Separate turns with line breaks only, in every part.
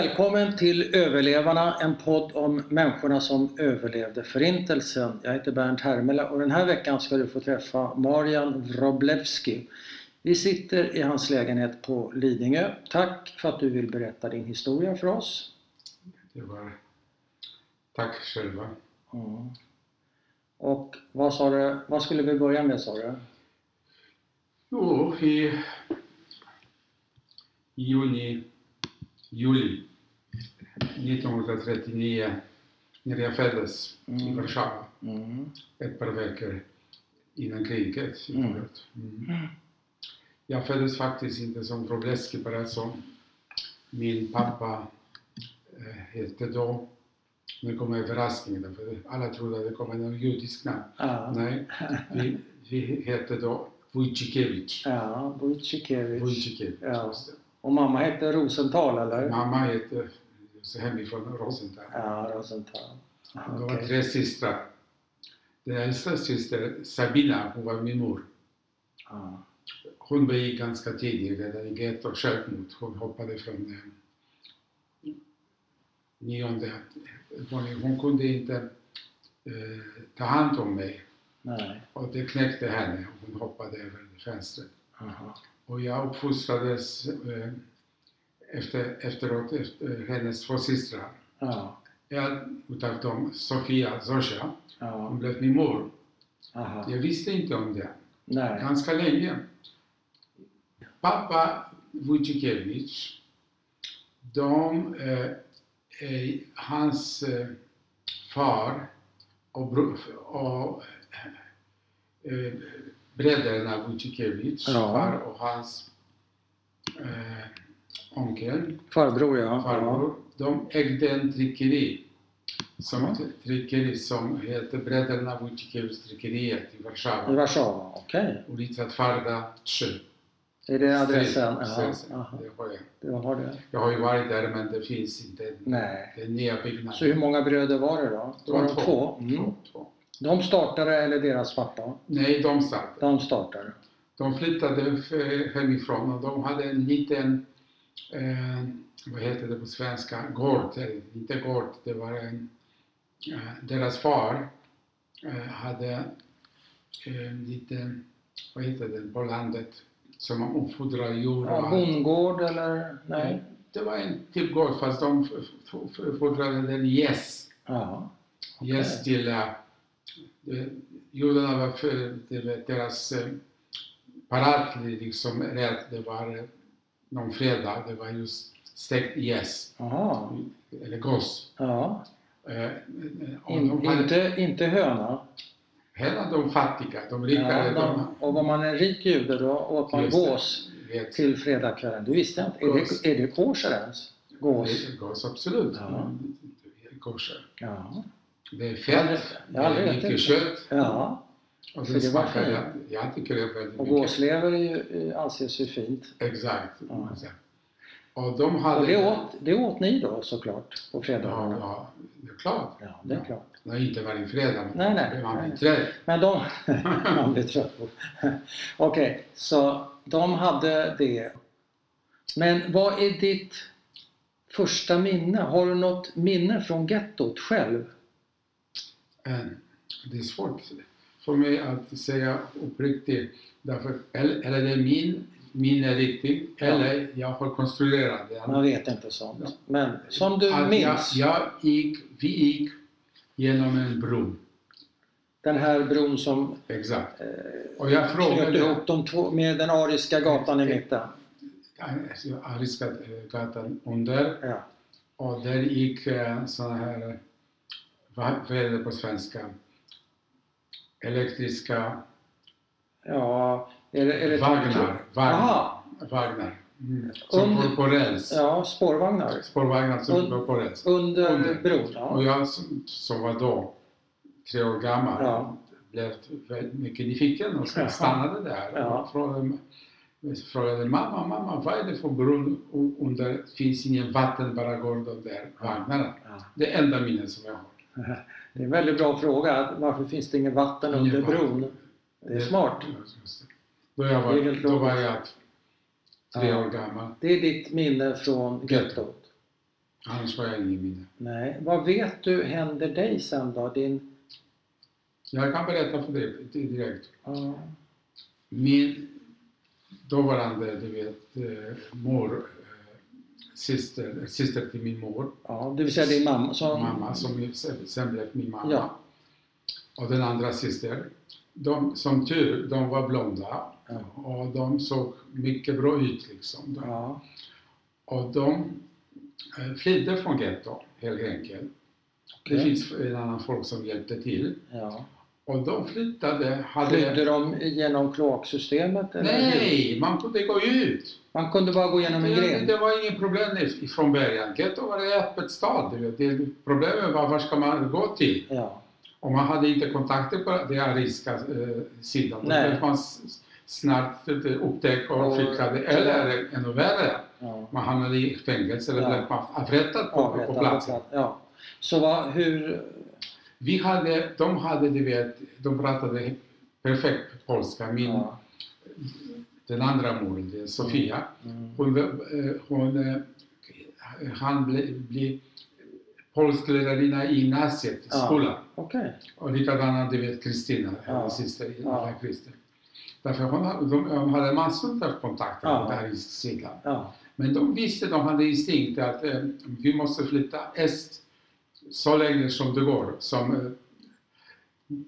Välkommen till Överlevarna, en podd om människorna som överlevde Förintelsen. Jag heter Bernt Hermela och den här veckan ska du få träffa Marian Wroblewski. Vi sitter i hans lägenhet på Lidingö. Tack för att du vill berätta din historia för oss.
Det var... Tack själva.
Mm. Och vad, sa du, vad skulle vi börja med sa du?
Jo, i juni, juli 1939 när jag föddes i
Mm.
Warszawa
Mm.
ett par veckor innan kriget
Mm.
utbröt. Mm. Jag föddes faktiskt inte som Wroblewski, bara som min pappa eh, hette då. Nu kommer överraskningen, för alla trodde att det kom en judisk namn.
Ja,
Nej,
Alltså.
vi, vi hette då Wojcikiewicz.
ja Butjikevitj.
Wojcikiewicz.
Ja.
just det.
Och mamma hette Rosenthal eller?
Mamma hette så hemifrån Rosenthal.
Ja, Rosenthal.
De var
Okej.
tre systrar. Den äldsta syster, Sabina, hon var min mor.
Ja.
Hon begick ganska tidigt, redan i gettot, självmord. Hon hoppade från eh, nionde våningen. Hon kunde inte eh, ta hand om mig
Nej.
och det knäckte henne. Hon hoppade över fönstret.
Aha.
Och jag uppfostrades eh, efter, efteråt, efter eh, hennes två systrar.
Ja.
En utav dem, Sofia Zosha,
Ja.
hon blev min mor.
Aha.
Jag visste inte om det,
Nej.
ganska länge. Pappa Vucikiewicz, de, eh, eh, hans eh, far och, bro, och eh, bröderna Vucikiewicz,
Ja.
far och hans eh, onkel,
Farbror ja. ja.
farbror, de ägde en tryckeri. Som
Ja.
ett tryckeri som heter Bröderna Vucikiewicz tryckeriet i
I
Warszawa.
Warszawa, okej.
Ulitva Tvarda 3.
Är det adressen? Jaha.
Precis,
Jaha.
det har jag.
Det har det.
Jag har ju varit där men det finns inte.
Nej.
Det är nya
Så
byggnader.
hur många bröder var det då?
Det
var
var
de två. Mm.
Två, två.
De startade, eller deras pappa?
Nej, de satt.
De startade.
De flyttade f- hemifrån och de hade en liten, eh, vad heter det på svenska, gård. Eller, inte gård, det var en, eh, deras far eh, hade eh, en liten, vad heter det, på landet som man uppfodrar jord och
Ja, Mm.
allt.
bondgård eller? Nej.
Det var en typ gård fast de f- f- f- fodrade den gäss.
Ja.
Gäss till... eh, eh, Judarna var för det var deras eh, parat liksom rätt. Det var eh, någon fredag. Det var just stekt gäss.
Jaha.
Eller gås.
Ja.
Eh, eh, Och
In,
de hade,
inte, inte höna.
hela de fattiga, de
Ja,
rikare,
de,
de...
och var man en rik jude då åt man
Just det.
gås
vet,
till fredagskvällen. Du visste inte? Är
Gås.
det, är det kosher ens? Gås?
Gås, eh, absolut.
Ja.
Kosher.
Ja.
Det är
Jag har aldrig-
fett, det
jag har aldrig
är
ätit det.
mycket kött.
Ja.
Och
Så
det
det var
smakar,
fint.
jag, jag tycker det är väldigt
Och
mycket.
gåslever är ju, eh, anses ju fint.
Exakt.
Ja.
exakt. Och de hade...
Och det åt, det åt ni då såklart på
Ja,
fredagarna?
ja, det är klart.
Ja, det är klart.
Det har inte varje fredag,
Nej,
men
nej.
man blir
Nej.
trött.
Men de... man blir trött på. Okej, så de hade det. Men vad är ditt första minne? Har du något minne från gettot själv?
Men Det är svårt för mig att säga uppriktigt. Därför, eller, eller det är min, min är riktig,
Ja.
eller jag har konstruerat den.
Man vet inte sånt.
Ja.
Men som du
Att
minns,
Jag, jag gick, vi gick genom en bro.
den här bron som
Exakt.
eh,
Och jag
knöt
frågade...
ihop de två med den ariska gatan i
Eh,
mitten.
Alltså, Ariska eh, gatan under.
Ja.
Och där gick eh, såna här, vad vad är det på svenska? Elektriska
Ja, är det, är det
vagnar. Vagnar.
Aha.
vagnar. Mm. Som
Under-
går på räls.
Ja, spårvagnar.
Spårvagnar som
Und-
går på räls.
Under,
Under. Mm.
bron.
Och
Ja.
jag som, som var då tre år gammal
Ja.
blev väldigt mycket nyfiken och
Jaha.
stannade där.
Ja.
Och frågade, frågade mamma, mamma vad är det för bro o- under? Finns ingen vatten, bara går de där vagnarna.
Ja.
Det enda minnet som jag har.
Det är en väldigt bra fråga. Varför finns det ingen vatten
Ingen
under
vatten.
bron? Det är smart.
Då, jag
Det är helt
var, då
logiskt.
var jag tre
Ja.
år gammal.
Det är ditt minne från gettot.
Annars har jag inget minne.
Nej. Vad vet du händer dig sen då? Din...
Jag kan berätta för dig direkt.
Ja.
Min dåvarande, du vet, eh, mor, eh, syster, eh, syster till min mor,
ja, det vill säga din mamma som...
mamma som ju sen sen blev min mamma.
Ja.
Och den andra syster. De, som tur, de var blonda
Ja.
och de såg mycket bra ut liksom. De,
Ja.
Och de eh, flydde från getton helt enkelt. Det
Okej.
finns en annan folk som hjälpte till.
ja.
Och de flyttade, hade...
Flydde de genom kloaksystemet? eller hur?
Nej, man kunde gå ut!
Man kunde bara gå igenom en
Det,
gren?
det var inget problem i- från början. Getto var en öppet stad. du vet. Det- Problemet var var ska man gå till?
Ja.
Och man hade inte kontakter på den ariska eh, sidan. Då
Nej.
blev man s- snart upptäcka och
Och-
skickade, eller ännu värre,
ja.
man hamnade i fängelse eller
Ja.
blev man avrättad på, på
Avrättad
platsen.
plats. Ja. Så vad, hur...
Vi hade, de hade, du vet, de pratade perfekt polska. Min,
Ja.
den andra moren, det är Sofia,
Mm.
hon, eh, hon eh, han blev bli polsk lärarinna i gymnasiet, i
Ja.
skolan.
Okej.
Och likadana, du vet, Kristina,
Ja.
hennes syster,
Ja.
ja. Christer. Därför hon, ha- de, de hade massor av kontakter
Ja.
på den här sidan.
Ja.
Men de visste, de hade instinkt att eh, vi måste flytta öst så länge som det går, som eh,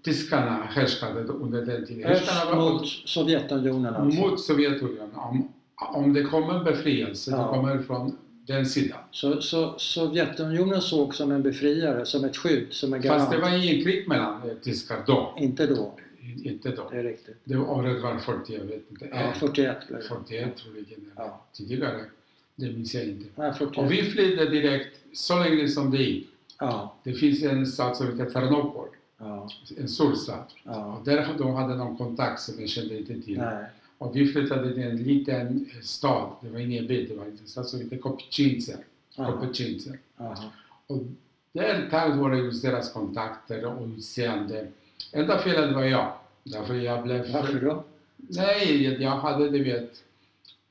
tyskarna härskade under den tiden.
Öst
Tyskarna var
mot Sovjetunionen alltså.
mot Sovjetunionen. Om, om det kommer en befrielse,
Ja.
det kommer från den sidan.
Så, så Sovjetunionen såg som en befriare, som ett skydd, som en garant?
Fast det var ingen krig mellan eh, tyskar då.
Inte då,
Inte då.
det är riktigt.
Det var året var 40, jag vet inte.
Ja, 41 blev det.
41 troligen, eller
Ja.
tidigare. Det minns jag inte.
Nej, 41.
Och vi flydde direkt så länge som det gick.
Ja,
Det finns en stad som heter Ternopol,
ja,
en stor stad.
ja.
Och där de hade någon kontakt som jag kände inte till.
Nej.
Och vi flyttade till en liten eh, stad, det var ingen by, det var en liten stad som heter Kopczyńce.
Aha,
Kopczyńce.
aha.
Och där tack vare just deras kontakter och utseende. Enda felet var jag. Därför jag blev...
Varför då?
Nej, jag hade, du vet...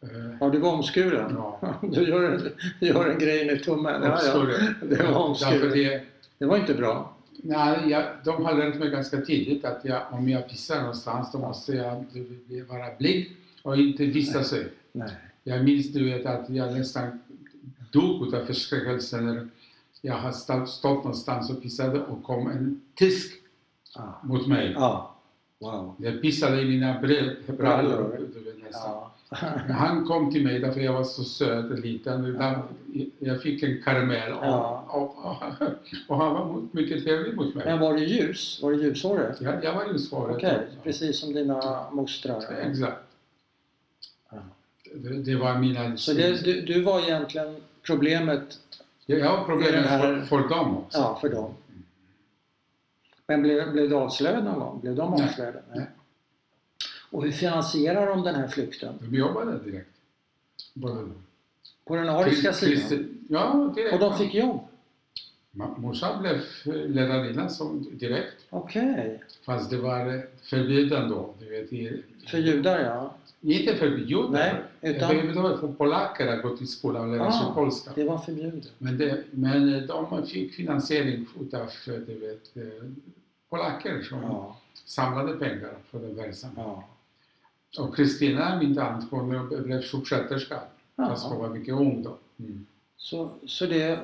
Eh,
Ja, du var omskuren?
ja,
Du gör en, du gör en grej med tummen. Ja, ja.
omskuren.
Det var omskuren.
Därför det,
Det var inte bra.
nej, jag, de har lärt mig ganska tidigt att jag, om jag pissar någonstans då måste jag du vet, vara blind och inte visa sig.
Nej.
Jag minns du vet att jag nästan dog utav förskräckelse när jag har stått, stått någonstans och pissade och kom en tysk
Ja.
mot mig.
ja. Wow.
Jag pissade i mina brill- brallor. du vet, nästan.
Ja.
Men Han kom till mig därför jag var så söt och liten. Ibland- Jag fick en karamell och,
Ja.
och, och, och han var mot- mycket trevlig mot mig.
Men var det ljus? Var det ljushårig?
Jag, jag var ju svaret.
Okej, precis som dina mostrar.
Exakt.
Ja.
Det, det var mina...
Så det, du, du var egentligen problemet
Jag jag har problem
Det är den här-
för, för dem också.
ja, för dem. Men blev, blev det avslöjad någon gång? Blev de
Nej.
avslöjade?
Nej.
Och hur finansierar de den här flykten?
De jobbade direkt. Både
På den ariska sidan?
Ja, direkt.
Och de fick jobb?
Ma- Morsan blev eh, lärarinna som direkt.
Okej.
Fast det var eh, förbjuden då. Du vet, i,
För judar ja.
Inte förbjuden.
Nej,
Utan...
utan
för polacker att gå till skolan och lära sig
Ah.
polska.
det var förbjudet.
Men, det, men eh, de fick finansiering utav, eh, du vet, eh, polacker som
Ja,
samlade pengar för den verksamheten.
ja.
Och Kristina, min tant, hon blev sjuksköterska. Fast hon
ja.
var mycket ung då.
Så, så det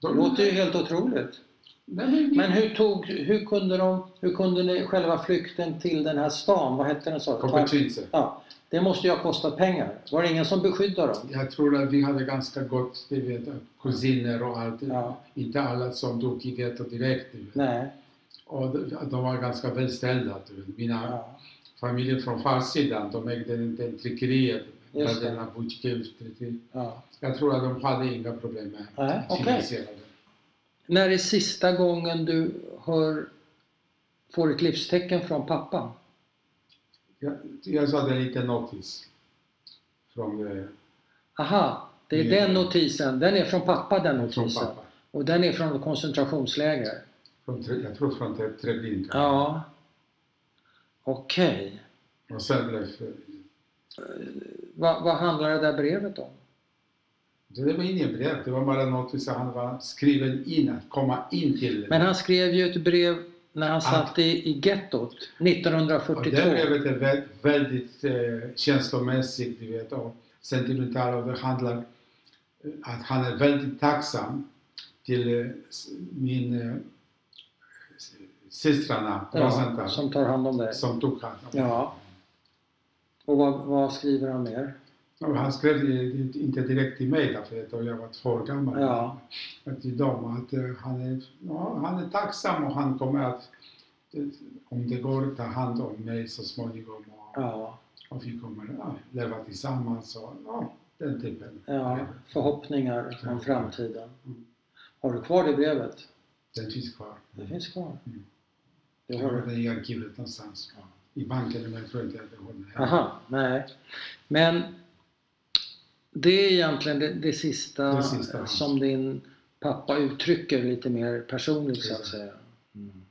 De-
låter ju helt otroligt.
Nej,
Men hur, tog, hur, kunde de, hur kunde ni själva flykten till den här stan, vad hette den sa du?
Kompetence.
Ja, det måste ju ha kostat pengar. Var det ingen som beskyddade dem?
Jag tror att vi hade ganska gott, du vet, kusiner och allt.
Ja.
Inte alla som dog i getto direkt. Du vet.
Nej.
Och de, de var ganska välställda. Du vet. Mina
Ja.
familjer från farsidan, de ägde inte en tryckeriet.
Just det.
Bland annat Butjkevs tryckeri.
Ja.
Jag tror att de hade inga problem med
Nej,
att finansiera det.
När är sista gången du hör, får ett livstecken från pappa?
Jag, jag sa det är lite notis. Från, eh,
Aha, det är
Det är-
den notisen. Den är från pappa den
från
notisen.
pappa.
Och den är från ett koncentrationsläger?
Från, Tre- jag tror från Tre- Treblinka.
Ja. Okej.
Och sen blev
Vad, vad handlar det där brevet om?
Så det var inget brev, det var bara något vi sa han var skriven in, att komma in till.
Men han skrev ju ett brev när
Ah.
han satt i, i gettot
och
1942.
det brevet är vä- väldigt eh, känslomässigt, du vet, och sentimentalt och det handlar eh, att han är väldigt tacksam till eh, s- min eh, s- systrarna,
ja,
Rosenthal,
som tar hand om det.
som tog hand om
Ja. Och vad, vad skriver han mer?
Och han skrev det inte direkt till mig därför att jag var två år gammal.
Ja,
Att till dem att eh, han är, ja, han är tacksam och han kommer att, eh, om det går, ta hand om mig så småningom och,
ja,
och vi kommer ja, leva tillsammans och ja, den typen.
ja. Förhoppningar om
Ja.
framtiden.
Mm.
Har du kvar det brevet?
Den finns kvar.
Det finns kvar.
Mm.
Det
Jag
har
har
du.
den i arkivet någonstans. I banken, men jag tror inte att jag har den här.
Aha, nej. Men det är egentligen det, det, sista,
Det sista, ja.
som din pappa uttrycker lite mer personligt så att
Precis.
säga. Mm.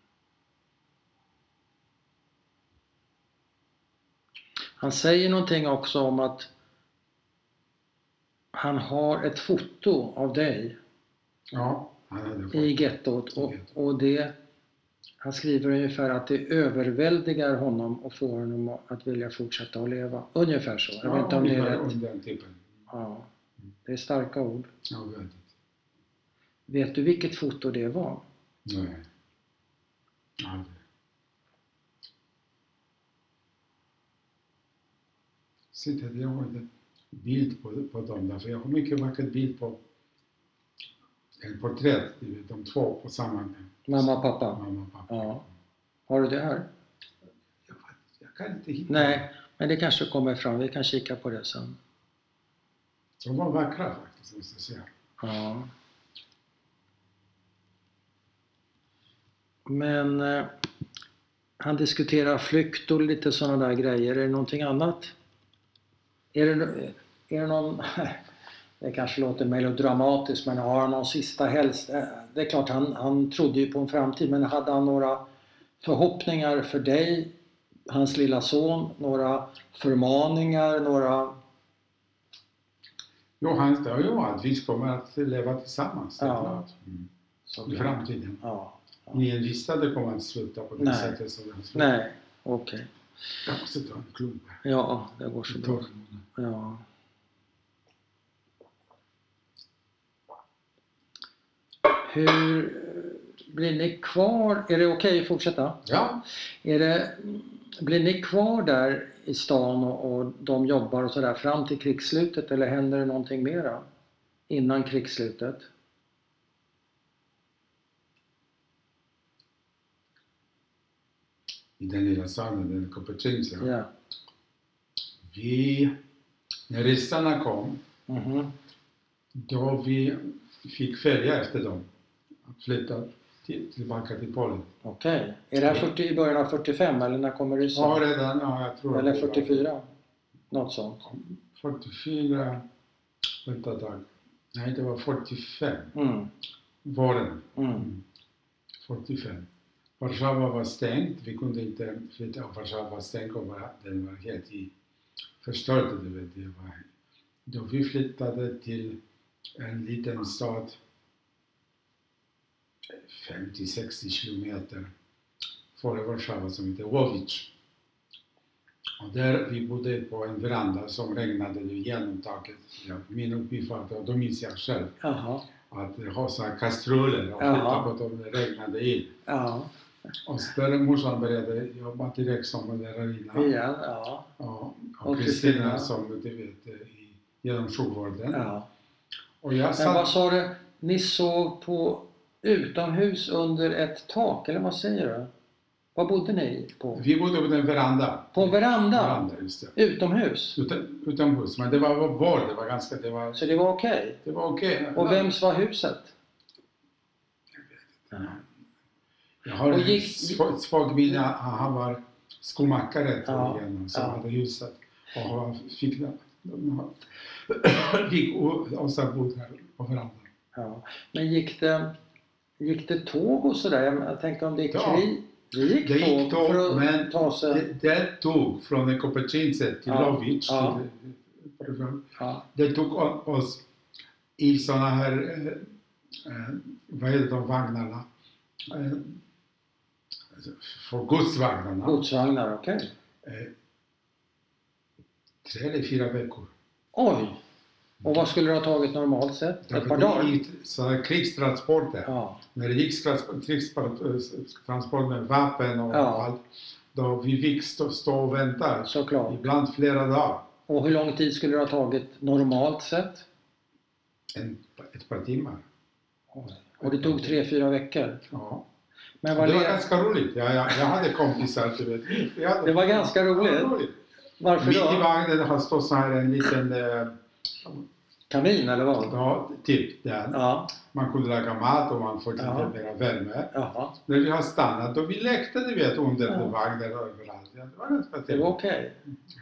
Han säger någonting också om att han har ett foto av dig
Ja, han hade fått.
i gettot och, och det han skriver ungefär att det överväldigar honom och får honom att vilja fortsätta att leva. Ungefär så. Jag vet inte om det är
ungefär
rätt.
om den typen.
Ja, det är starka ord.
Ja, väldigt.
Vet du vilket foto det var?
Nej. Aldrig. Sitter jag har en bild på, på dem där, för jag har mycket vacker bild på en porträtt, du vet, de två på samma
Mamma och pappa?
mamma och pappa.
Ja. Har du det här?
Jag, vet- jag kan inte hitta
Nej, men det kanske kommer fram. Vi kan kika på det sen.
dem. De var vackra faktiskt, måste jag säga.
Ja. Men eh, han diskuterar flykt och lite sådana där grejer. Är det någonting annat? Är det, är det någon... Det kanske låter melodramatiskt men har han någon sista helst? eh, Det är klart han, han trodde ju på en framtid men hade han några förhoppningar för dig, hans lilla son, några förmaningar, några...
Jo, han sa ju att vi kommer att leva tillsammans, det är
Ja.
klart. Mm.
som-
I framtiden.
Ja.
Ingen visste att det kommer att sluta på det
Nej.
sättet som det slutade.
Nej, okej.
Jag måste ta en klump här.
Ja, det går så
Jag
bra.
tar den.
Ja. Hur eh, blir ni kvar? Är det okej att fortsätta?
Ja,
Är det, blir ni kvar där i stan och, och de jobbar och sådär fram till krigsslutet eller händer det någonting mera innan krigsslutet?
i den lilla salen, den Koppartjinsa.
Ja.
Vi, när ryssarna kom,
Mhm.
då vi fick följa efter dem. Att Flytta till, tillbaka till Polen.
Okej. Är det här 40, i början av 45 eller när kommer ryssarna?
Ja, redan, ja, jag tror
Eller
att det var
44? Något sånt.
44, vänta ett tag. Nej, det var 45.
Mm.
Våren
Mm.
45. Warszawa var stängt, vi kunde inte flytta. och Warszawa var stängt och var, den var helt i, förstörd. Du vet, det var. Då vi flyttade till en liten stad 50-60 kilometer före Warszawa som heter Łowicz. Och där vi bodde på en veranda som regnade genom taket. Ja, min uppgift var, och då minns jag själv,
Jaha.
att ha så här kastruller och flytta
Jaha.
på dem när det regnade in.
Ja.
Och så där morsan började jobba direkt som lärarinna.
Igen. Ja.
Ja,
Och
och Kristina
Kristina.
som du vet eh, i, genom sjukvården.
ja.
Och jag
Men vad
satt,
sa du? Ni sov på utomhus under ett tak, eller vad säger du? Vad bodde ni på?
vi bodde på en veranda.
På en veranda?
veranda just det.
Utomhus?
Utan, utomhus, men det var var vår, det var ganska, det var,
Så det var okej?
det var okej.
Och vems var huset?
Jag har
och
en
gick-
gick... svag minne, han han var skomakare
Ja,
ja. igenom, som
ja.
hade huset. Och han fick, fick oss att bo där på verandan.
Ja. Men gick det, gick det tåg och sådär? Jag jag tänkte om det gick
Ja.
krig? Det gick,
Det gick tåg,
för att
men
ta sig...
Det, det tog från Koppartjinse till
Ja,
Lovich.
ja.
till-
Ja.
Det tog o- oss i sådana här, eh, eh, vad heter de vagnarna? Eh, alltså, för godsvagnarna.
Godsvagnar, okej.
Eh, tre eller fyra veckor.
Oj! Och vad skulle det ha tagit normalt sett? Ett
Därför
par
det
dagar?
gick Sådana här krigstransporter.
Ja,
När det gick eh, skrats- krigstransport med vapen och
Ja.
allt. Då vi fick stå, stå och vänta.
såklart.
Ibland flera dagar.
Och hur lång tid skulle det ha tagit normalt sett?
En, ett par timmar.
Och det tog tre fyra veckor.
Ja.
Men
Det
var
var
det,
ganska roligt. Jag, jag, jag hade kompisar, du vet. Jag hade-
Det var ganska roligt.
Det var roligt.
varför
Mitt i
då?
vagnen har stått så här en liten, eh,
Kamin eller vad?
ja, typ där.
Ja,
Man kunde laga mat och man fick
Ja.
lite mera värme.
jaha.
När vi har stannat och vi lekte, du vet, under
Ja.
vagnen och överallt. Ja, det var ganska
Det var
trevligt.
okej.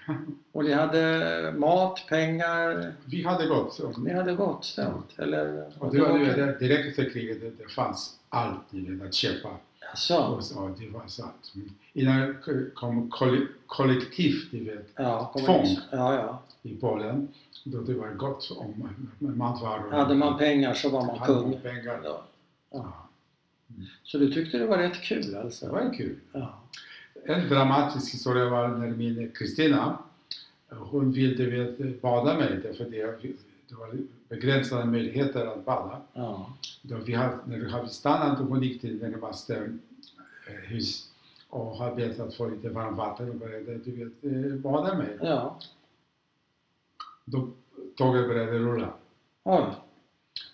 Och ni hade mat, pengar,
Vi hade gått. Så.
ni hade gott ställt? Eller?
Och det var, du
okej.
vet, direkt efter kriget, det, det fanns allt ni vet, att köpa.
Jaså?
Och så, ja, det fanns allt. Mm. Innan kom koll- kollektivt, du vet.
Ja, kommer
Tvång.
ni- Ja, ja.
i Polen då det var gott om matvaror.
Hade man pengar så var man
Hade man
kung.
pengar.
Ja.
Ja.
Så du tyckte det var rätt kul
Det
alltså?
var kul.
Ja.
En dramatisk historia var när min Kristina, hon ville du vet, bada med det för det, det var begränsade möjligheter att bada.
ja.
Då vi hade, när vi hade stannat och hon gick till närmaste eh, hus och hade bett att få lite varmt vatten och började du vet, eh, bada med.
Ja.
Då tåget började rulla
Oj.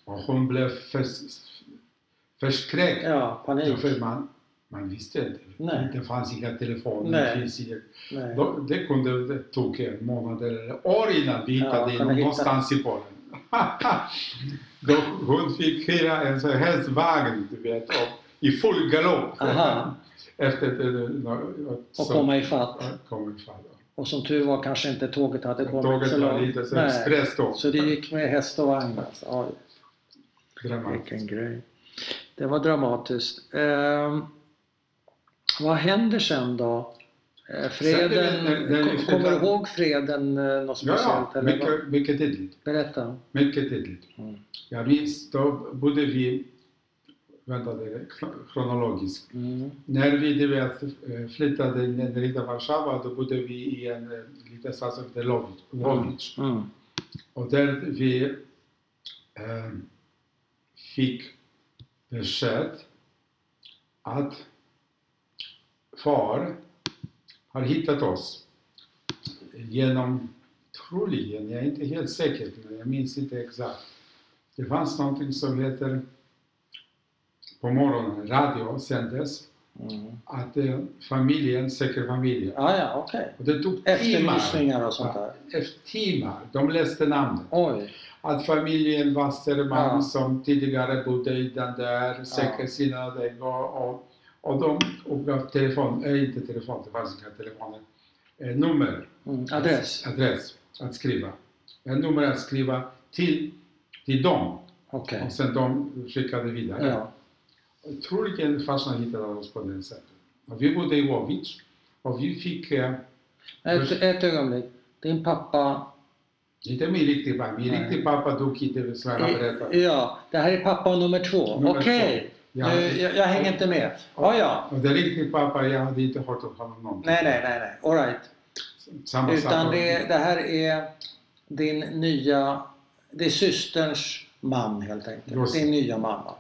och hon blev förs- förskräckt
Ja,
Ja,
panik.
för man, man visste inte.
Nej.
Det fanns inga telefoner.
Nej.
Det, finns inga,
Nej.
då, det kunde det tog en månad eller år innan vi
Ja,
hittade
kunde
ja,
hitta.
någonstans i Polen. då hon fick hyra en sån här vagn, du vet, och, i full galopp.
Aha.
Efter eh, det, no,
Och komma ifatt.
kom ifatt.
Och som tur var kanske inte tåget hade kommit så
Tåget var lite
långt.
så
Nej.
expresståg.
Så det gick med häst och vagn alltså. Oj.
Dramatiskt.
Vilken grej. Det var dramatiskt. Ehm, vad händer sen då? Eh,
Sen, eh,
Freden,
eh, eh,
kom- kommer du ihåg freden eh, något
Ja,
speciellt?
ja,
eller vad?
mycket, mycket tidigt.
Berätta.
Mycket tidigt.
Mm.
Jag minns, då bodde vi, vänta det är kro- kronologiskt.
Mm.
När vi du vet, eh, flyttade ner till Warszawa då bodde vi i en eh, liten stad som heter Lovic. Lovic.
Mm.
Och där vi eh, fick besked att far har hittat oss genom, troligen, jag är inte helt säker, men jag minns inte exakt. Det fanns någonting som heter, på morgonen, radio sändes,
Mm.
att eh, familjen söker familjen.
Ah, ja, okej.
Och det tog timmar.
Efterlysningar och sånt där.
Efter timmar. De läste namnet.
Oj.
Att familjen Wasserman
Ja.
som tidigare bodde i den där säkerhetssinnade och, och, och de uppgav telefon, äh, inte telefon, det fanns inga telefoner, eh, nummer,
Mm. Adress.
adress att skriva. Ett nummer att skriva till, till dem
Okej.
och sen de skickade vidare.
Ja.
Och Troligen farsan hittade oss på det sättet. Och vi bodde i Wovic och vi fick, eh,
Ett, ett ögonblick. Din pappa...
inte min riktiga pappa, min
Nej. Eh,
riktiga pappa dog inte, vill jag berätta.
Ja, det här är pappa nummer två.
Nummer
Okej.
två.
Nu- eh, Jag, jag hänger inte med. Ja, ja.
Och det är riktigt pappa, jag hade inte hört om honom någonting.
Nej, nej, nej. nej. All right.
Samma
Utan
sak.
det, det här är din nya, det är systerns man helt enkelt.
Just det.
Din nya mamma.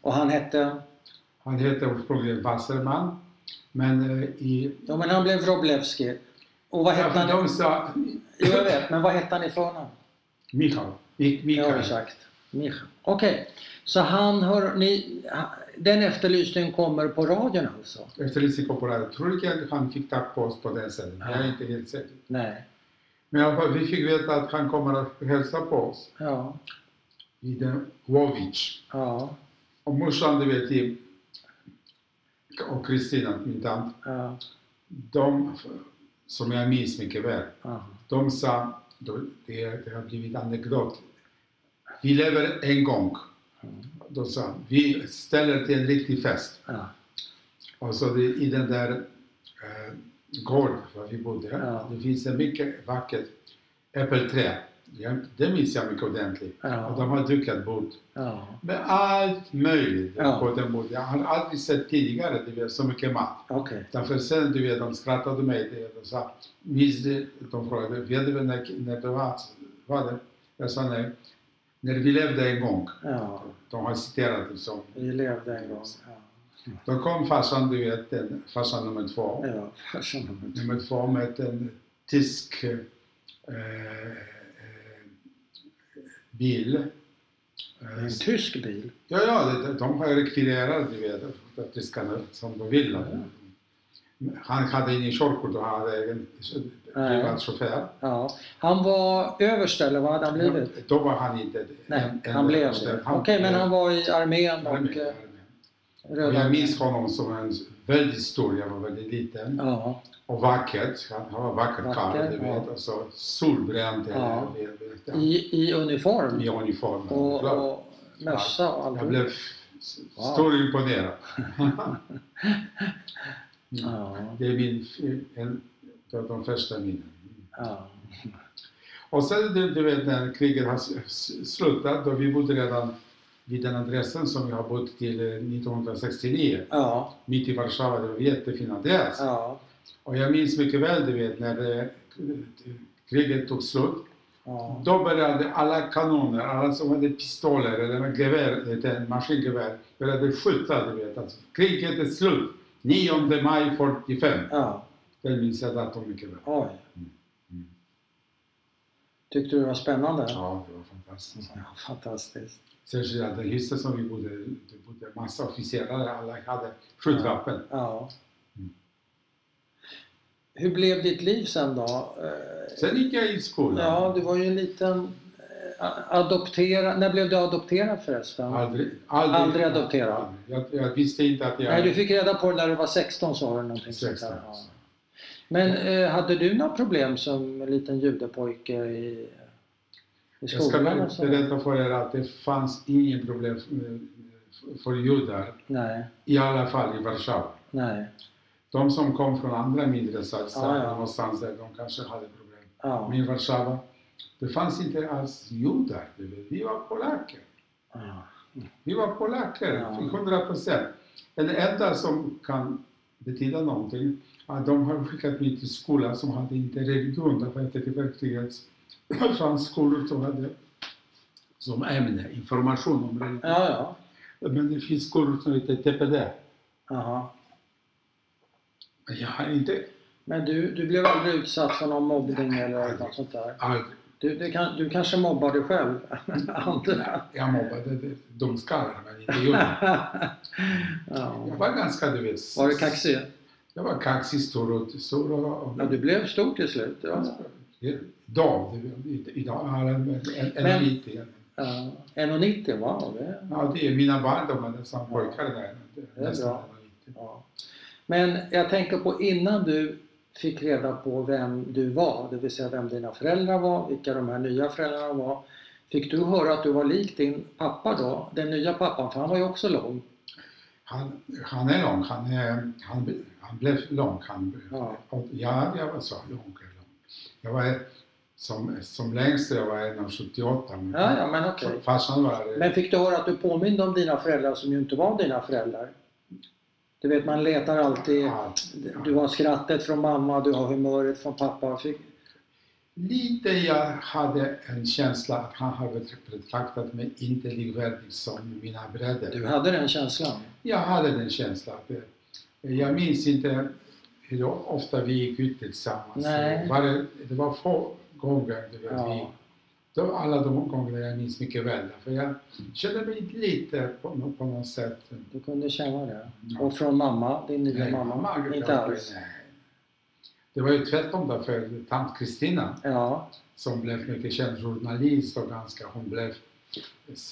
Och han hette,
Han heter ursprungligen Wasserman, men eh, i...
ja men han blev Wroblewski. Och vad hette
Ja,
han?
de sa
Jo jag vet, men vad hette han ifrån? honom?
Michal. Mi-
Det har
Michal.
du sagt. Micha. Okej, så han hör, ni, den efterlysningen kommer på radion alltså?
Efter risikopopuläret. Troligen han fick tag på oss på den sidan. Jag
Ah.
är inte helt säker.
Nej.
Men i alla fall, vi fick veta att han kommer att hälsa på oss
Ja.
i den Wovic.
Ja.
Och morsan, du vet, i- och Kristina, min tant,
Ja.
de, som jag minns mycket väl,
ja.
De sa, då, det, det har blivit anekdot, vi lever en gång. De sa, vi ställer till en riktig fest.
ja.
Och så det, i den där eh, gården där vi bodde,
Ja.
det finns en mycket vackert äppelträd. Ja, det minns jag mycket ordentligt.
Ja.
Och de har dukat bord
Ja,
med allt möjligt
Ja.
på den bordet. Jag har aldrig sett tidigare du vet, så mycket mat.
okej.
Därför sen, du vet, de skrattade mig. Du vet, och sa, minns du, de frågade, vet du väl när, när du var, var det? Jag e sa nej. När vi levde en gång.
Ja,
De har citerat det som.
vi levde en gång.
Då kom farsan, du vet, den, farsan nummer två.
Ja, ja farsan nummer två.
Nummer två med en tysk eh, eh, bil.
Det är
Eh,
En tysk bil.
ja, ja, de, de har rekvirerat, du vet, av tyskarna som de vill. Han hade ingen körkort och han hade egen privat chaufför.
Ja. Han var överste, eller vad hade han blivit?
Då var han inte det.
Nej,
En- en-
han blev
han-
det. Okej, men han var i armén
han-
och eh,
Och
Röda
jag minns honom som en väldigt stor, jag var väldigt liten.
Ja,
Och vackert, han han var vacker karl,
Vacker,
du
ja.
vet. Och så solbränd,
Ja.
ja. vet, vet, jag.
i, i uniform
i uniformen.
och,
Klart.
och mössa och
jag
allt.
blev s- stor imponerad. Mm.
Ja,
Det är min, en av de första minnen.
ja.
Och sen du, du vet när kriget har s- s- slutat och vi bodde redan vid den adressen som vi har bott till eh, 1969.
Ja,
Mitt i Warszawa, det var en jättefin adress.
ja,
Och jag minns mycket väl, du vet, när eh, kriget tog slut.
ja.
Då började alla kanoner, alla som hade pistoler eller gevär, det är en maskingevär, började skjuta, du vet. Alltså, kriget är slut. 9 maj 45.
ja.
Det minns jag datorn mycket väl.
Oj.
Mm.
Tyckte du det var spännande?
Ja, det var fantastiskt.
Ja, fantastiskt.
Särskilt att den huset som vi bodde i, det bodde massa officerare, alla hade skjutvapen.
Ja.
Mm.
Hur blev ditt liv sen då? Eh,
Sen gick jag i skolan.
Ja, du var ju en liten eh, adopterad. När blev du adopterad förresten?
Aldrig, aldrig,
Aldrig adopterad.
aldrig. Jag, jag visste inte att jag...
Nej, du fick reda på det när du var 16 sa du någonting sånt
16.
där. Ja. Men eh, hade du några problem som en liten judepojke i, i
Jag ska
skolan? alltså. och
ber-
så där?
berätta för er att det fanns inget problem för, för judar,
Nej,
i alla fall i Warszawa.
nej.
De som kom från andra mindre stater,
Ja, ja.
någonstans där, de kanske hade problem.
Ja.
Men i Warszawa, det fanns inte alls judar. du vet. Vi var polacker.
Ja.
Vi var polacker,
Ja.
till 100 procent. Den enda som kan betyda någonting, att de har skickat mig till skolan som hade inte religion, därför att det i verkligheten fanns skolor som hade som ämne information om religion.
Ja, ja.
Men det finns skolor som heter TPD.
Jaha.
Men jag har inte
Men du, du blev aldrig utsatt för någon mobbning eller något sånt där?
aldrig,
Du, du, kan, du kanske mobbar dig själv? Andra?
jag mobbade domskallar, men inte judar. Jag
ja.
var ganska, du vet,
Var du kaxig?
jag var kaxig, stor och... Stor och, och
Ja, du blev stor till slut. Ja.
Idag, idag är en, en, en
Men-
liten.
Ja. 1,90 wow. Det,
Ja, det är mina barn, de är nästan pojkar där.
Det är
Nästan
bra.
alla lite.
ja. Men jag tänker på innan du fick reda på vem du var, det vill säga vem dina föräldrar var, vilka de här nya föräldrarna var. Fick du höra att du var lik din pappa då? Den nya pappan, för han var ju också lång.
Han, han är lång, han, är, han, han blev lång. Han,
Ja.
och ja, jag var så lång. lång. Jag var som, som längst, jag var 1,78. men
Ja, ja, men okej.
Farsan var...
Men fick du höra att du påminde om dina föräldrar som ju inte var dina föräldrar? Du vet, man letar alltid.
ja,
Du har skrattet från mamma, du har humöret från pappa. Fick-
lite jag hade en känsla att han hade betraktat mig inte likvärdig som mina bröder.
Du hade den känslan?
Jag hade den känslan. att, eh, Jag minns inte hur ofta vi gick ut tillsammans.
Nej.
Var det, det var få gånger du vet,
Ja.
vi det var alla de gångerna jag minns mycket väl. För jag kände mig lite på, nå- på något sätt...
Du kunde känna det?
Ja.
Och från mamma, din nya mamma? Inte alls?
Nej. Det var ju tvärtom därför tant Kristina
Ja,
som blev mycket känd journalist och ganska, hon blev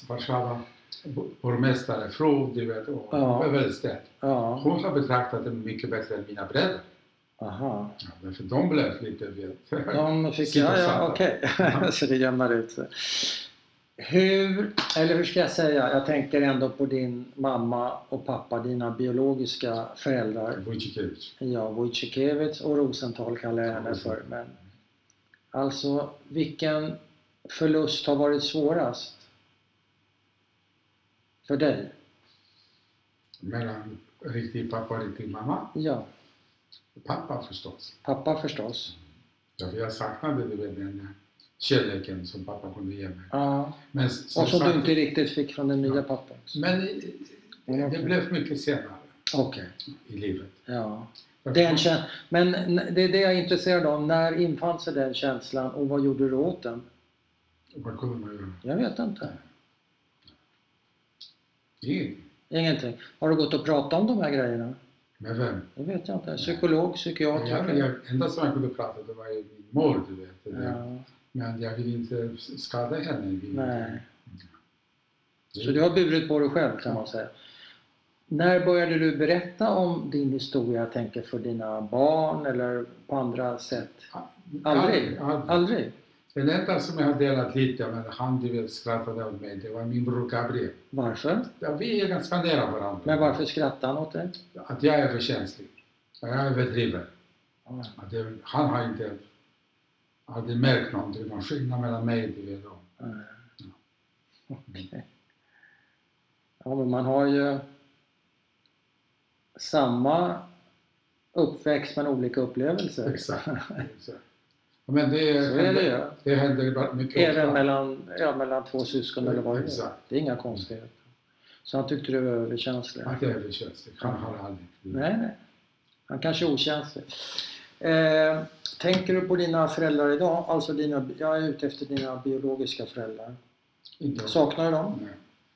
Warszawa borgmästare, fru, du vet, och
Ja.
ja. välstädd.
ja,
Hon har betraktat det mycket bättre än mina bröder.
aha.
Ja, därför de blev lite, vet
De fick... Ja,
Sidosatta.
ja, okej. Så det jämnar ut sig. Hur, eller hur ska jag säga? Jag tänker ändå på din mamma och pappa, dina biologiska föräldrar.
Vujicic.
Ja, Wojciechowicz och Rosenthal kallar jag henne för. Men alltså vilken förlust har varit svårast? För dig?
mellan riktig pappa och riktig mamma.
Ja,
Pappa förstås.
pappa förstås.
Därför jag saknade du vet, den där kärleken som pappa kunde ge mig.
Ja.
Men, som
Och som du
sagt-
inte riktigt fick från den nya
Ja.
pappan. också.
men eh, det blev mycket senare
Okej,
i livet.
ja.
Jag
Den
kom-
käns- Men n- det är det jag är intresserad av. När infann sig den känslan och vad gjorde du åt den?
Vad kunde man göra?
Jag vet inte.
Inget.
Ingenting. Har du gått och pratat om de här grejerna?
Med vem?
Det vet jag inte. Psykolog,
Jag, jag,
psykiater?
jag, enda som jag kunde prata det var ju min mor, du vet.
Ja.
Men jag vill inte skada henne. Jag vill
Nej.
inte-
Så du har burit på dig själv kan man säga. När började du berätta om din historia, jag tänker för dina barn eller på andra sätt? Aldrig?
Aldrig. aldrig.
Aldrig?
Den enda som jag har delat lite med, han du vet, skrattade åt mig, det var min bror Gabriel.
Varför?
Ja, vi är ganska nära varandra.
Men varför skrattade han åt dig?
Att jag är för känslig. Att jag överdriver.
Ja.
Att det, han har inte aldrig märkt någonting, någon skillnad mellan mig du vet. och-
Okej. Ja, men man har ju samma uppväxt men olika upplevelser.
Exakt. Så. Men det,
Så är det ju.
det händer bara mycket
Även mellan, ja, mellan två syskon eller vad det är.
Exakt.
Det är inga konstigheter. Så han tyckte du var överkänslig?
Att jag är överkänslig. Han har aldrig.
Nej, nej. Han kanske är okänslig. Eh, tänker du på dina föräldrar idag? Alltså dina, jag är ute efter dina biologiska föräldrar.
Inte
Saknar du dem?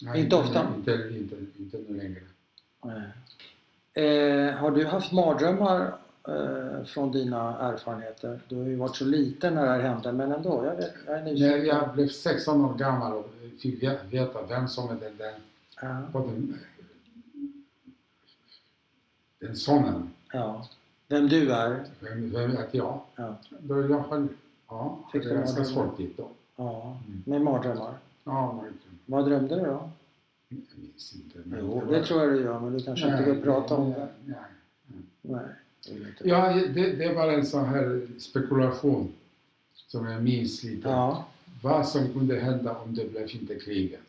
Nej.
Inte
Nej,
ofta?
Inte, inte, inte nu längre.
Eh, har du haft mardrömmar eh, från dina erfarenheter? Du har ju varit så liten när det här hände, men ändå. Jag, vet, jag är
När
nyfiken.
jag blev 16 år gammal och fick ve- veta vem som är den där
Ja,
på den, den sonen,
ja. Vem du är?
vem, vem vet jag?
Ja.
Då jag höll, ja,
Fick
det
du
är ganska
mardrömmar?
svårt dit då.
Ja,
Mm.
med mardrömmar.
Ja, verkligen.
Vad drömde du då?
Jag minns inte.
Jo, det tror jag du gör, men du kanske inte vill prata om det.
Nej.
Nej. det vill inte.
Ja, det, det var en sån här spekulation som jag minns lite.
Ja.
Vad som kunde hända om det blev inte kriget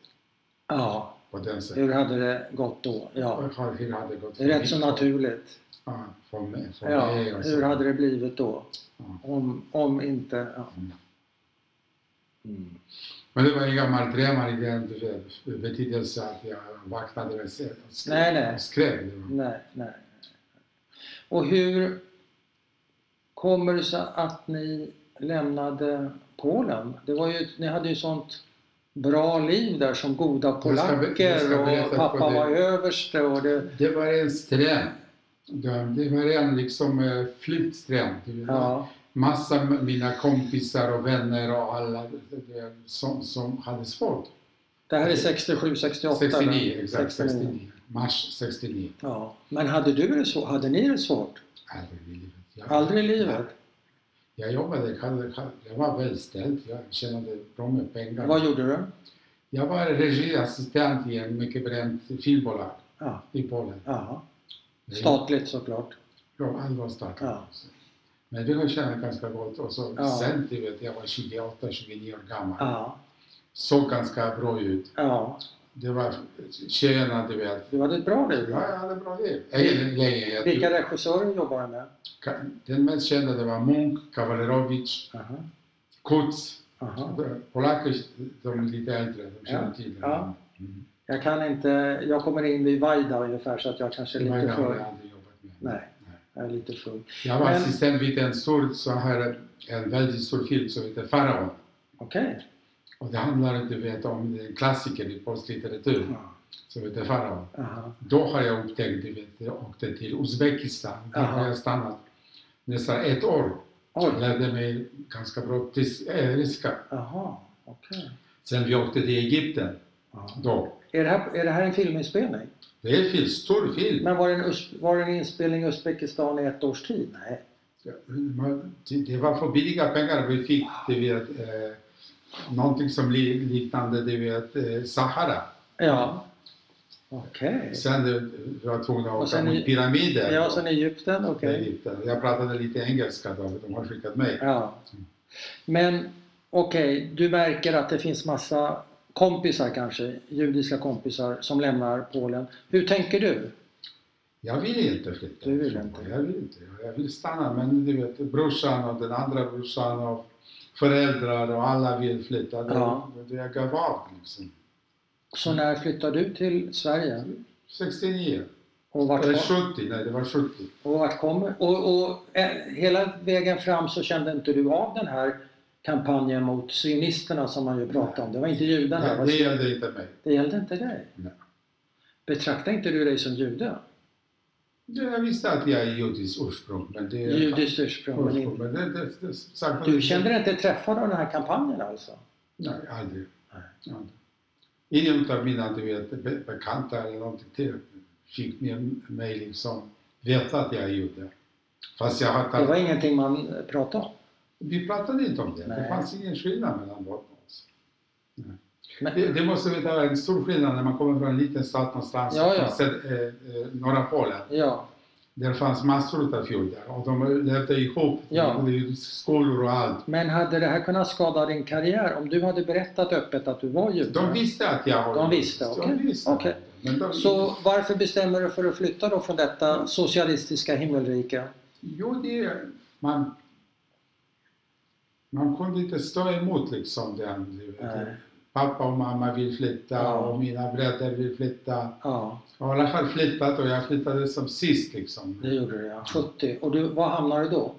ja.
på den sättet.
Hur hade det gått då? Ja.
Och Hur hur hade det gått
Det är rätt så
mig?
naturligt.
Ja, för mig. För
Ja.
mig och så.
Hur hade det blivit då?
Ja.
Om, om inte... Ja. Mm.
Mm. Men det var inga mardrömmar i den du vet, betydelsen att jag vaknade med sed och skrev.
Nej, nej.
Och skrev det var.
Nej, nej. Och hur kommer det sig att ni lämnade Polen? Det var ju, ni hade ju sånt bra liv där som goda
ska be- jag ska
polacker och
berätta
pappa
för dig.
var överste och det...
Det var en ström. Det det var en liksom eh, flyttström. du vet.
Ja,
Massa av mina kompisar och vänner och alla du vet, som, som hade svårt.
det här är 67, 68?
69,
eller?
exakt. 69. Mars 69.
Ja. Men hade du det så? Hade ni det svårt?
Aldrig i livet. Jag,
Aldrig i livet?
Jag jobbade, jag- jag- jag var välställd, jag tjänade bra med pengar.
Vad gjorde du?
Jag var regiassistent i en mycket berömt filmbolag
Ja.
i Polen.
ja. Statligt såklart.
Ja, han var stark.
Ja.
Men det har jag känt ganska gott. Och så
Ja.
sen, du vet, jag var 28-29 år gammal.
Ja.
Såg ganska bra ut.
ja.
Det var tjejerna, du vet.
Du hade ett bra liv.
Ja, jag hade bra liv. Jag gillade- jag gillade-
Vilka regissörer jobbar du med?
Den mest kända det var Munk, Kavalerovic,
Aha.
Kutz.
Aha.
Polacker, de är lite äldre, de känner
Ja.
till det.
Ja.
Mm.
Jag kan inte, jag kommer in vid Vajda ungefär så att jag kanske är
Det var
lite
jag har jag
för,
aldrig jobbat med.
nej, jag är lite för,
Jag var
Men-
assistent vid en stor, så här, en väldigt stor film som heter Faraon.
okej.
Och det handlar du vet om en klassiker i postlitteratur som heter Faraon.
Aha.
Då har jag upptäckt, du vet, jag åkte till Uzbekistan. Där
Aha.
har jag stannat nästan ett år. Jag
Oj,
lärde mig ganska bra tis- eh, ryska.
jaha, okej.
Sen vi åkte till Egypten
Ja.
då.
Är, det här, är det här en filminspelning?
Det är en film, stor film.
Men var det en, us- var det en inspelning i Uzbekistan i ett års tid? Nej.
Man- det- Det var för billiga pengar vi fick, du vet, eh, någonting som li- liknande, du vet, eh, Sahara.
Ja. Okej.
Sen eh, var jag tvungen
Och
att åka
sen i-
mot pyramider.
Ja, sen Egypten, okej.
Egypten. Jag pratade lite engelska då, de har skickat mig.
Ja. Men Okej, du märker att det finns massa kompisar kanske, judiska kompisar som lämnar Polen. Hur tänker du?
Jag vill inte flytta.
Du vill
ifrån.
inte.
Jag vill inte. Jag vill stanna men du vet brorsan och den andra brorsan och föräldrar och alla vill flytta. Det,
Ja.
det jag gav av liksom.
Så
Mm.
när flyttar du till Sverige?
69.
Och vart,
Eller 70, nej det var 70.
och vart kommer... Och, och eh, hela vägen fram så kände inte du av den här kampanjen mot sionisterna som man ju pratade om. Det var inte judarna. det
Det,
var
det gällde inte mig.
Det gällde inte dig?
Nej.
Betraktar inte du dig som jude?
Jag visste att jag är judiskt ursprung men det...
Judiskt ursprung? Men
ursprung
inte.
men det, det, det, sagt-
Du kände dig inte träffad av den här kampanjen alltså?
Nej, aldrig.
Nej.
aldrig. Ingen utav mina du vet, be- bekanta eller någonting till fick med mig liksom veta att jag är jude. Fast jag har
Det var
talat...
ingenting man eh, pratade om?
Vi pratade inte om det. Det
Nej.
fanns ingen skillnad mellan båda oss. Nej.
Men-
Det, det måste vi vara en stor skillnad när man kommer från en liten stad någonstans,
Ja, ja.
från sed- eh, eh, norra Polen.
Ja,
Där fanns massor utav judar och de levde ihop.
Ja.
De hade ju skolor och allt.
men hade det här kunnat skada din karriär om du hade berättat öppet att du var jude?
De visste att jag var
De
jude.
visste, okej.
De visste.
Okej.
Men de,
Så varför bestämmer du för att flytta då från detta socialistiska himmelrike?
Jo, det... Man, man kunde inte stå emot liksom den. du vet.
Nej.
Pappa och mamma vill flytta
Ja.
och mina bröder vill flytta.
Ja,
Jag har i alla fall flyttat och jag flyttade som sist liksom.
det gjorde du ja. 70. Och du, var hamnade du då?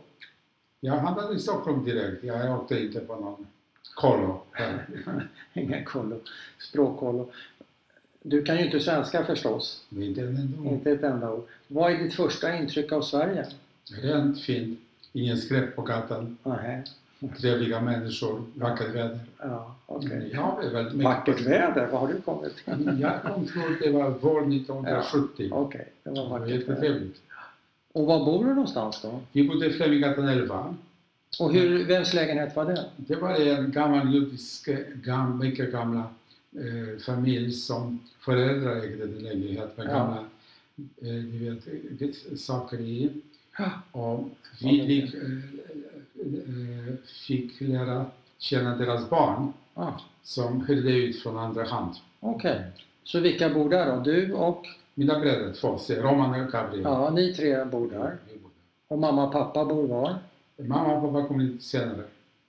Jag hamnade i Stockholm direkt. Jag åkte inte på någon kollo. här.
Inga kollo, språkkollo. Du kan ju inte svenska förstås.
Men Inte än ändå.
Inte ett enda ord. Vad är ditt första intryck av Sverige?
Rent, fint. Ingen skräp på gatan.
Nähä,
Trevliga människor. Vackert väder.
ja, okej.
Jag blev väldigt mycket-
Vackert väder, var har du kommit?
Jag kom tror det var vår 1970.
Okej, det
Det
var
var
vackert väder.
jättetrevligt.
Och var bor du någonstans då?
Vi bodde i Fleminggatan 11.
Och hur, vems lägenhet var det?
Det var en gammal judisk, gam, mycket gamla eh, familj som föräldrar ägde den lägenhet med
Ja.
gamla eh, du vet, eh, saker i.
Ja.
Och
Ja,
vi
det är
fick, eh, eh, fick lära känna deras barn
Ah,
som hyrde ut från andra hand.
Okej. Så vilka bor där då? Du och?
Mina bröder, två, se, Roman och Gabriel.
Ja, ni tre bor där.
Vi bodde.
Och mamma och pappa bor var?
Mamma och pappa kom lite senare.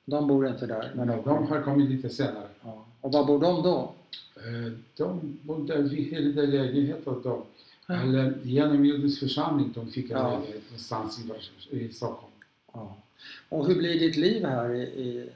De bor inte där. Men de,
De har kommit lite senare.
ja. Och var bor de då?
Eh, De bodde, vi hyrde lägenhet åt dem.
Ja.
Eller genom judisk församling de fick en
Ja.
lägenhet någonstans i, Vars- i Stockholm.
Ja. Och hur blir ditt liv här i, i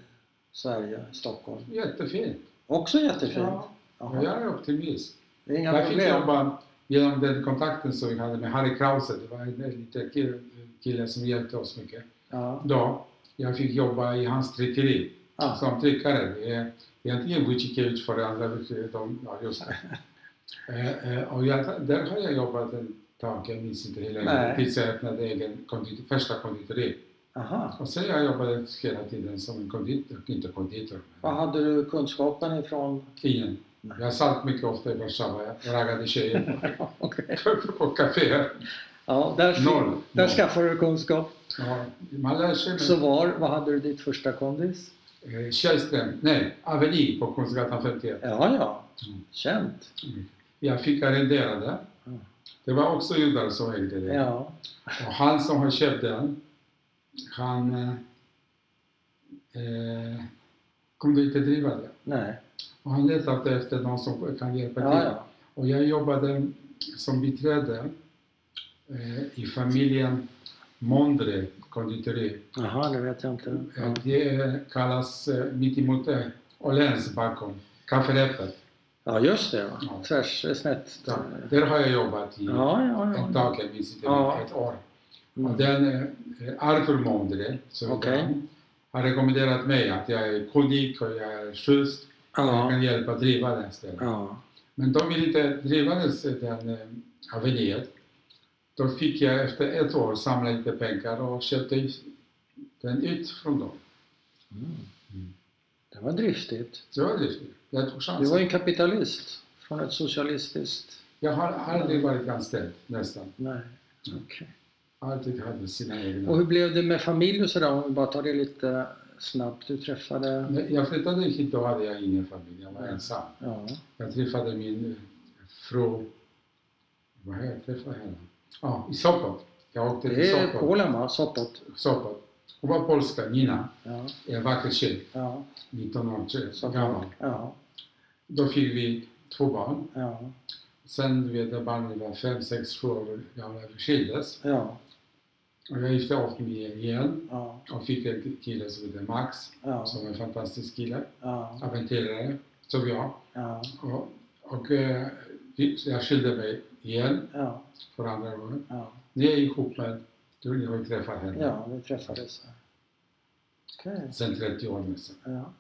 Sverige, Stockholm?
Jättefint.
Också jättefint.
Ja, och
Jaha.
jag är optimist.
Det är inga
jag fick
problem.
jobba genom den kontakten som vi hade med Harry Krause. Det var en liten kille, kille som hjälpte oss mycket.
Ja.
Då, jag fick jobba i hans tryckeri
Ah.
som tryckare. Det är Egentligen Vujicic för det andra tryckeriet. de- Ja, just det. Eh, eh, och jag, där har jag jobbat ett tag, jag minns inte hur länge,
Nej.
tills jag öppnade egen kondit, första konditori.
Aha.
Och sen har jag jobbat hela tiden som en konditor, inte konditor,
Var
men
hade du kunskapen ifrån?
ingen. Jag satt mycket ofta i Warszawa, jag raggade tjejer
Okej.
på kaféer.
Ja, där, fick-
Noll.
där
Noll.
skaffade du kunskap.
Ja, man lär sig.
Så var, vad hade du ditt första kondis?
Men, eh, Källström, nej, Aveni på Kungsgatan 51.
Ja, ja.
Mm.
Känt.
Jag fick arrendera det.
Mm.
Det var också judar som ägde det.
Ja.
Och han som har köpt den, han eh, eh, kunde inte driva det.
Nej.
Och han letade efter någon som kan hjälpa
Ja,
till.
ja.
Och jag jobbade som biträde eh, i familjen Mondre konditori.
Jaha, det vet jag inte.
Eh,
Ja.
Det kallas eh, mittemot eh, Åhléns bakom, kafferepet.
Ja, just det. va.
Ja.
Tvärs, eh, snett.
Där,
Ja,
där har jag jobbat i
ja,
ett
ja.
tag, jag minns inte,
Ja.
ett år. Och
Mm.
den eh, Arthur Mondre, som
Okej.
han, har rekommenderat mig att jag är kodik och jag är schysst. Jag
Ja.
kan hjälpa driva den stället.
Ja.
Men de ville inte driva den, den eh, aveniet. Då fick jag efter ett år samla lite pengar och köpte ut- den ut från dem.
Mm.
Mm.
Det var driftigt.
Det var det. Jag tog
Du
chansen.
var ju en kapitalist från ett socialistiskt...
Jag har aldrig varit anställd, nästan.
Nej. Okej.
Alltid hade sina
Och
egna.
hur blev det med familj och sådär? Om vi bara tar det lite snabbt? Du träffade...
När Jag flyttade hit, då hade jag ingen familj, jag var
Nej.
ensam.
Ja.
Jag träffade min eh, fru, vad heter jag träffade henne? Ja, i Sopot. Jag åkte
Det
till
är
Sopot.
Polen va? Sopot.
Sopot. Hon var polska, Nina,
Ja.
en vacker tjej,
Ja.
19 år tjej,
Sopot.
gammal.
Ja.
Då fick vi två barn.
Ja.
Sen, du vet, när barnen var fem, sex, sju år gamla, vi skildes.
Ja.
Och jag gifte upp mig igen
Ja.
och fick en kille som heter Max,
Ja.
som är en fantastisk kille,
Ja.
äventyrare, som jag.
Ja.
Och, och eh, vi- så jag skilde mig igen
Ja.
för andra gången.
Ja.
Ni är ihop med, du har ju träffat henne
Ja, vi träffades. Okej.
sen 30 år nästan.
Ja.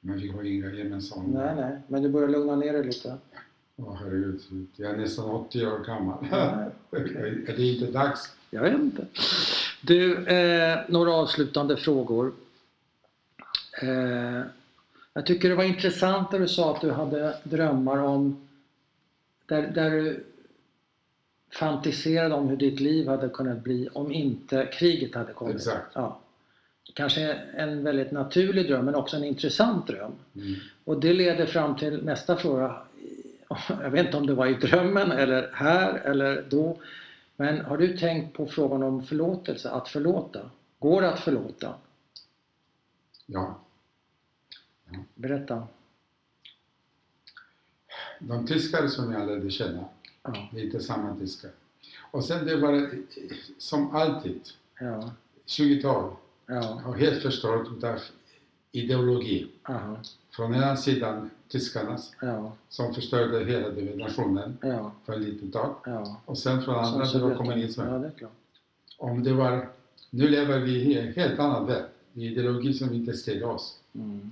Men vi har inga gemensamma.
Nej, nej. Men du börjar lugna ner dig lite.
Åh herregud, jag är nästan 80 år gammal.
Ja.
är det inte dags?
Jag vet inte. Du, eh, några avslutande frågor. Eh, jag tycker det var intressant när du sa att du hade drömmar om... Där, där du fantiserade om hur ditt liv hade kunnat bli om inte kriget hade kommit.
Exakt.
Ja. Kanske en väldigt naturlig dröm men också en intressant dröm.
Mm.
Och det leder fram till nästa fråga. Jag vet inte om det var i drömmen eller här eller då. Men har du tänkt på frågan om förlåtelse, att förlåta? Går det att förlåta?
Ja.
Berätta.
De tyskar som jag lärde känna,
Ja,
det är inte samma tyskar. Och sen det var eh, som alltid,
ja,
20-tal,
ja,
har helt förstört utav ideologi.
aha,
Från ena sidan tyskarnas,
ja,
som förstörde hela den nationen
ja,
för ett litet tag.
ja.
Och sen
Som
från andra det var
Sovjet-
kommunismen.
Ja, det är klart.
Om det var, nu lever vi i en helt annan värld. Det är ideologi som inte styr oss.
Mm.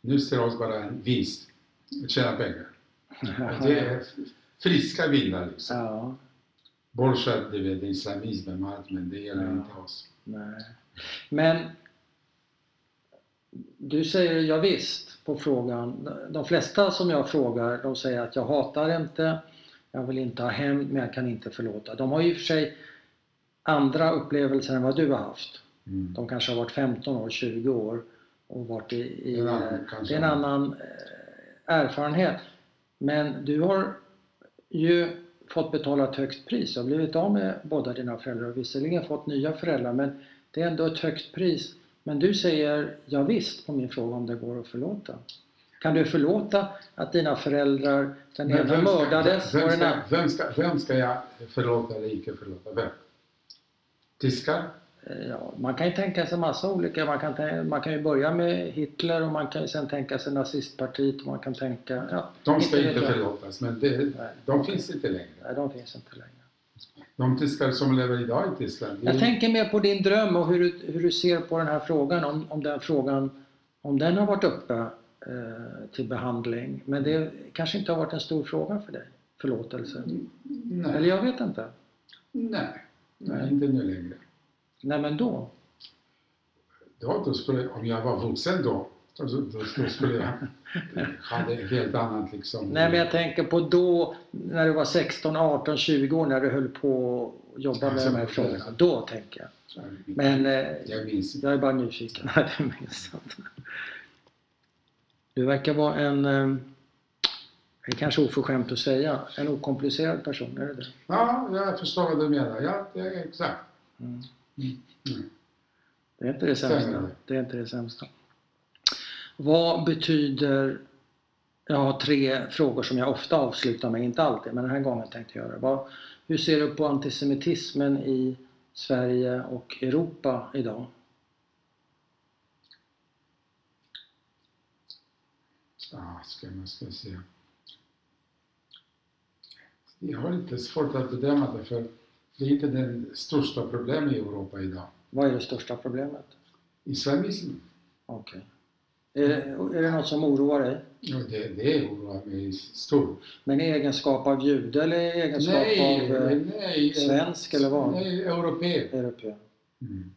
Nu styr oss bara en vinst, att tjäna pengar. Och Det är friska vindar liksom.
Ja,
Bortsett du vet, islamismen och allt, men det gäller
Ja.
inte oss.
nej. Men du säger ja visst på frågan. De flesta som jag frågar de säger att jag hatar inte, jag vill inte ha hämnd men jag kan inte förlåta. De har ju i och för sig andra upplevelser än vad du har haft.
Mm.
De kanske har varit 15 år, 20 år och varit i, i
Det är en annan,
eh,
kanske.
det är en annan eh, erfarenhet. Men du har ju fått betala ett högt pris och blivit av med båda dina föräldrar och visserligen fått nya föräldrar men det är ändå ett högt pris. Men du säger ja visst på min fråga om det går att förlåta. Kan du förlåta att dina föräldrar, den
Men
ena
vem ska-
mördades och
vem
den
ska,
andra...
vem, ska, vem ska jag förlåta eller icke förlåta? Vem? Tyskar?
Eh, Ja, man kan ju tänka sig massa olika. Man kan, tän- man kan ju börja med Hitler och man kan ju sen tänka sig nazistpartiet och man kan tänka... Ja,
De ska
vet
inte
jag.
förlåtas, men det,
Nej.
de finns inte längre.
Nej, de finns inte längre.
De tyskar som lever idag i Tyskland, det
Jag
är
tänker mer på din dröm och hur du, hur du ser på den här frågan. Om, om den frågan om den har varit uppe eh, till behandling. Men det kanske inte har varit en stor fråga för dig. Förlåtelse.
Nej,
Eller jag vet inte.
nej, nej, inte nu längre.
Nej men då.
Då, då skulle, om jag var vuxen då, då, då skulle- skulle jag hade ett helt annat liksom.
Nej men jag tänker på då när du var 16, 18, 20 år när du höll på att jobba med
Alltså,
de här frågorna. Då tänker jag. Men eh,
jag minns inte.
Jag är bara nyfiken. Nej, det minns jag inte. Du verkar vara en, eh, det är kanske oförskämt att säga, en okomplicerad person. Är det det?
Ja, jag förstår vad du menar. Ja, det är exakt.
Mm.
Mm.
Det är inte det sämsta.
Stämmer.
Det är inte det sämsta. Vad betyder... Jag har tre frågor som jag ofta avslutar med, inte alltid, men den här gången tänkte jag göra det. Vad, hur ser du på antisemitismen i Sverige och Europa idag?
Ah, ska man ska se. Jag har lite svårt att bedöma det för det är inte det största problemet i Europa idag.
Vad är det största problemet?
Islamism,
Okej. Är, är det något som oroar dig?
ja, det, det oroar mig stort.
Men i egenskap av jude eller i egenskap
Nej,
av eh,
nej. eh,
svensk eller vad?
Nej, europé.
europé?
Mm.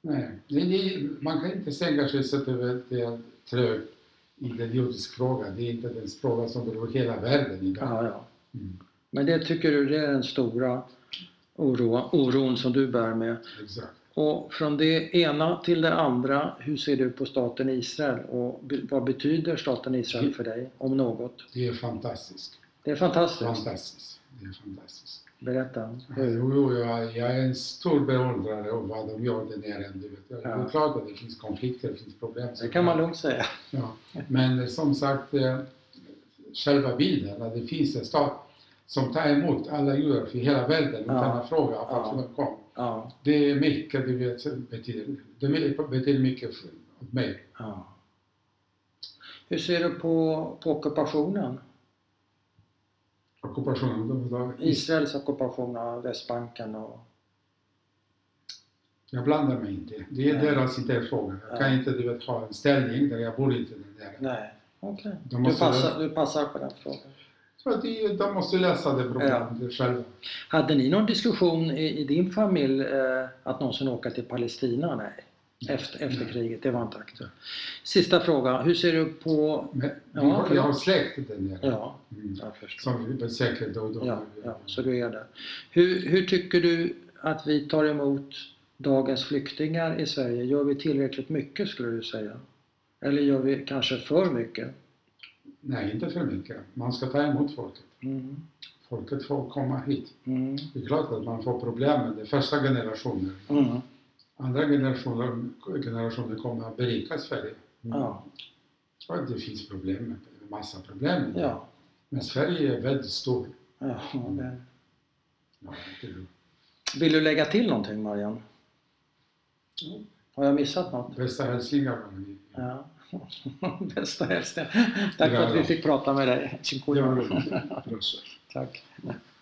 Nej, det är- man kan inte sänka sig så att det är trögt i den judiska frågan. Det är inte den fråga som berör hela världen idag.
Ja, ja.
Mm.
Men det tycker du det är den stora oro, oron som du bär med.
Exakt.
Och från det ena till det andra, hur ser du på staten Israel och be- vad betyder staten Israel för dig, om något?
Det är fantastiskt.
Det är fantastiskt.
Fantastiskt. Det är fantastiskt.
Berätta.
Jo, jo, jag, jag är en stor beundrare av vad de gör där nere. Du vet. Jag-
Ja.
Det är klart att det finns konflikter, det finns problem.
Det kan man lugnt säga.
Ja. Men eh, som sagt, eh, själva bilden att det finns en stat som tar emot alla judar i hela världen utan
Ja.
att fråga
Ja.
varför de kom.
Ja,
Det är mycket, du vet, betyder, det betyder mycket för mig.
ja. Hur ser du på, på ockupationen?
Ockupationen, de var
Israels ockupation av Västbanken och...
Jag blandar mig inte. Det är
Nej.
deras inte fråga. Jag
Ja.
kan inte du vet, ha en ställning där jag bor inte där nere.
Nej, okej.
De
Du,
måste-
passar, du passar på den frågan.
Så att de, de måste lösa det problemet själva.
Hade ni någon diskussion i, i din familj eh, att någonsin åka till Palestina? Nej, efter, efter kriget. Det var inte aktuellt. Sista fråga. Hur ser du på...
Men vi
Ja,
har, jag har
förlåt.
släkt där nere.
Ja,
Mm.
jag förstår.
Som vi besöker då och då.
Ja, ja, så du är där. Hur, hur tycker du att vi tar emot dagens flyktingar i Sverige? Gör vi tillräckligt mycket skulle du säga? Eller gör vi kanske för mycket?
Nej, inte för mycket. Man ska ta emot folket.
Mm.
Folket får komma hit.
Mm.
Det är klart att man får problem med det första generationen.
Mm.
Andra generationer, generationer kommer att berika Sverige.
Ja,
Och det finns problem, massa problem.
ja,
Men Sverige är väldigt stort.
ja. det-
Ja, det är-
Vill du lägga till någonting Marianne? Har jag missat något?
Bästa hälsningar. Marie.
Ja. Bästa hälsningar. Tack för att vi fick prata med dig.
Det var
Tack.
roligt.
Tack.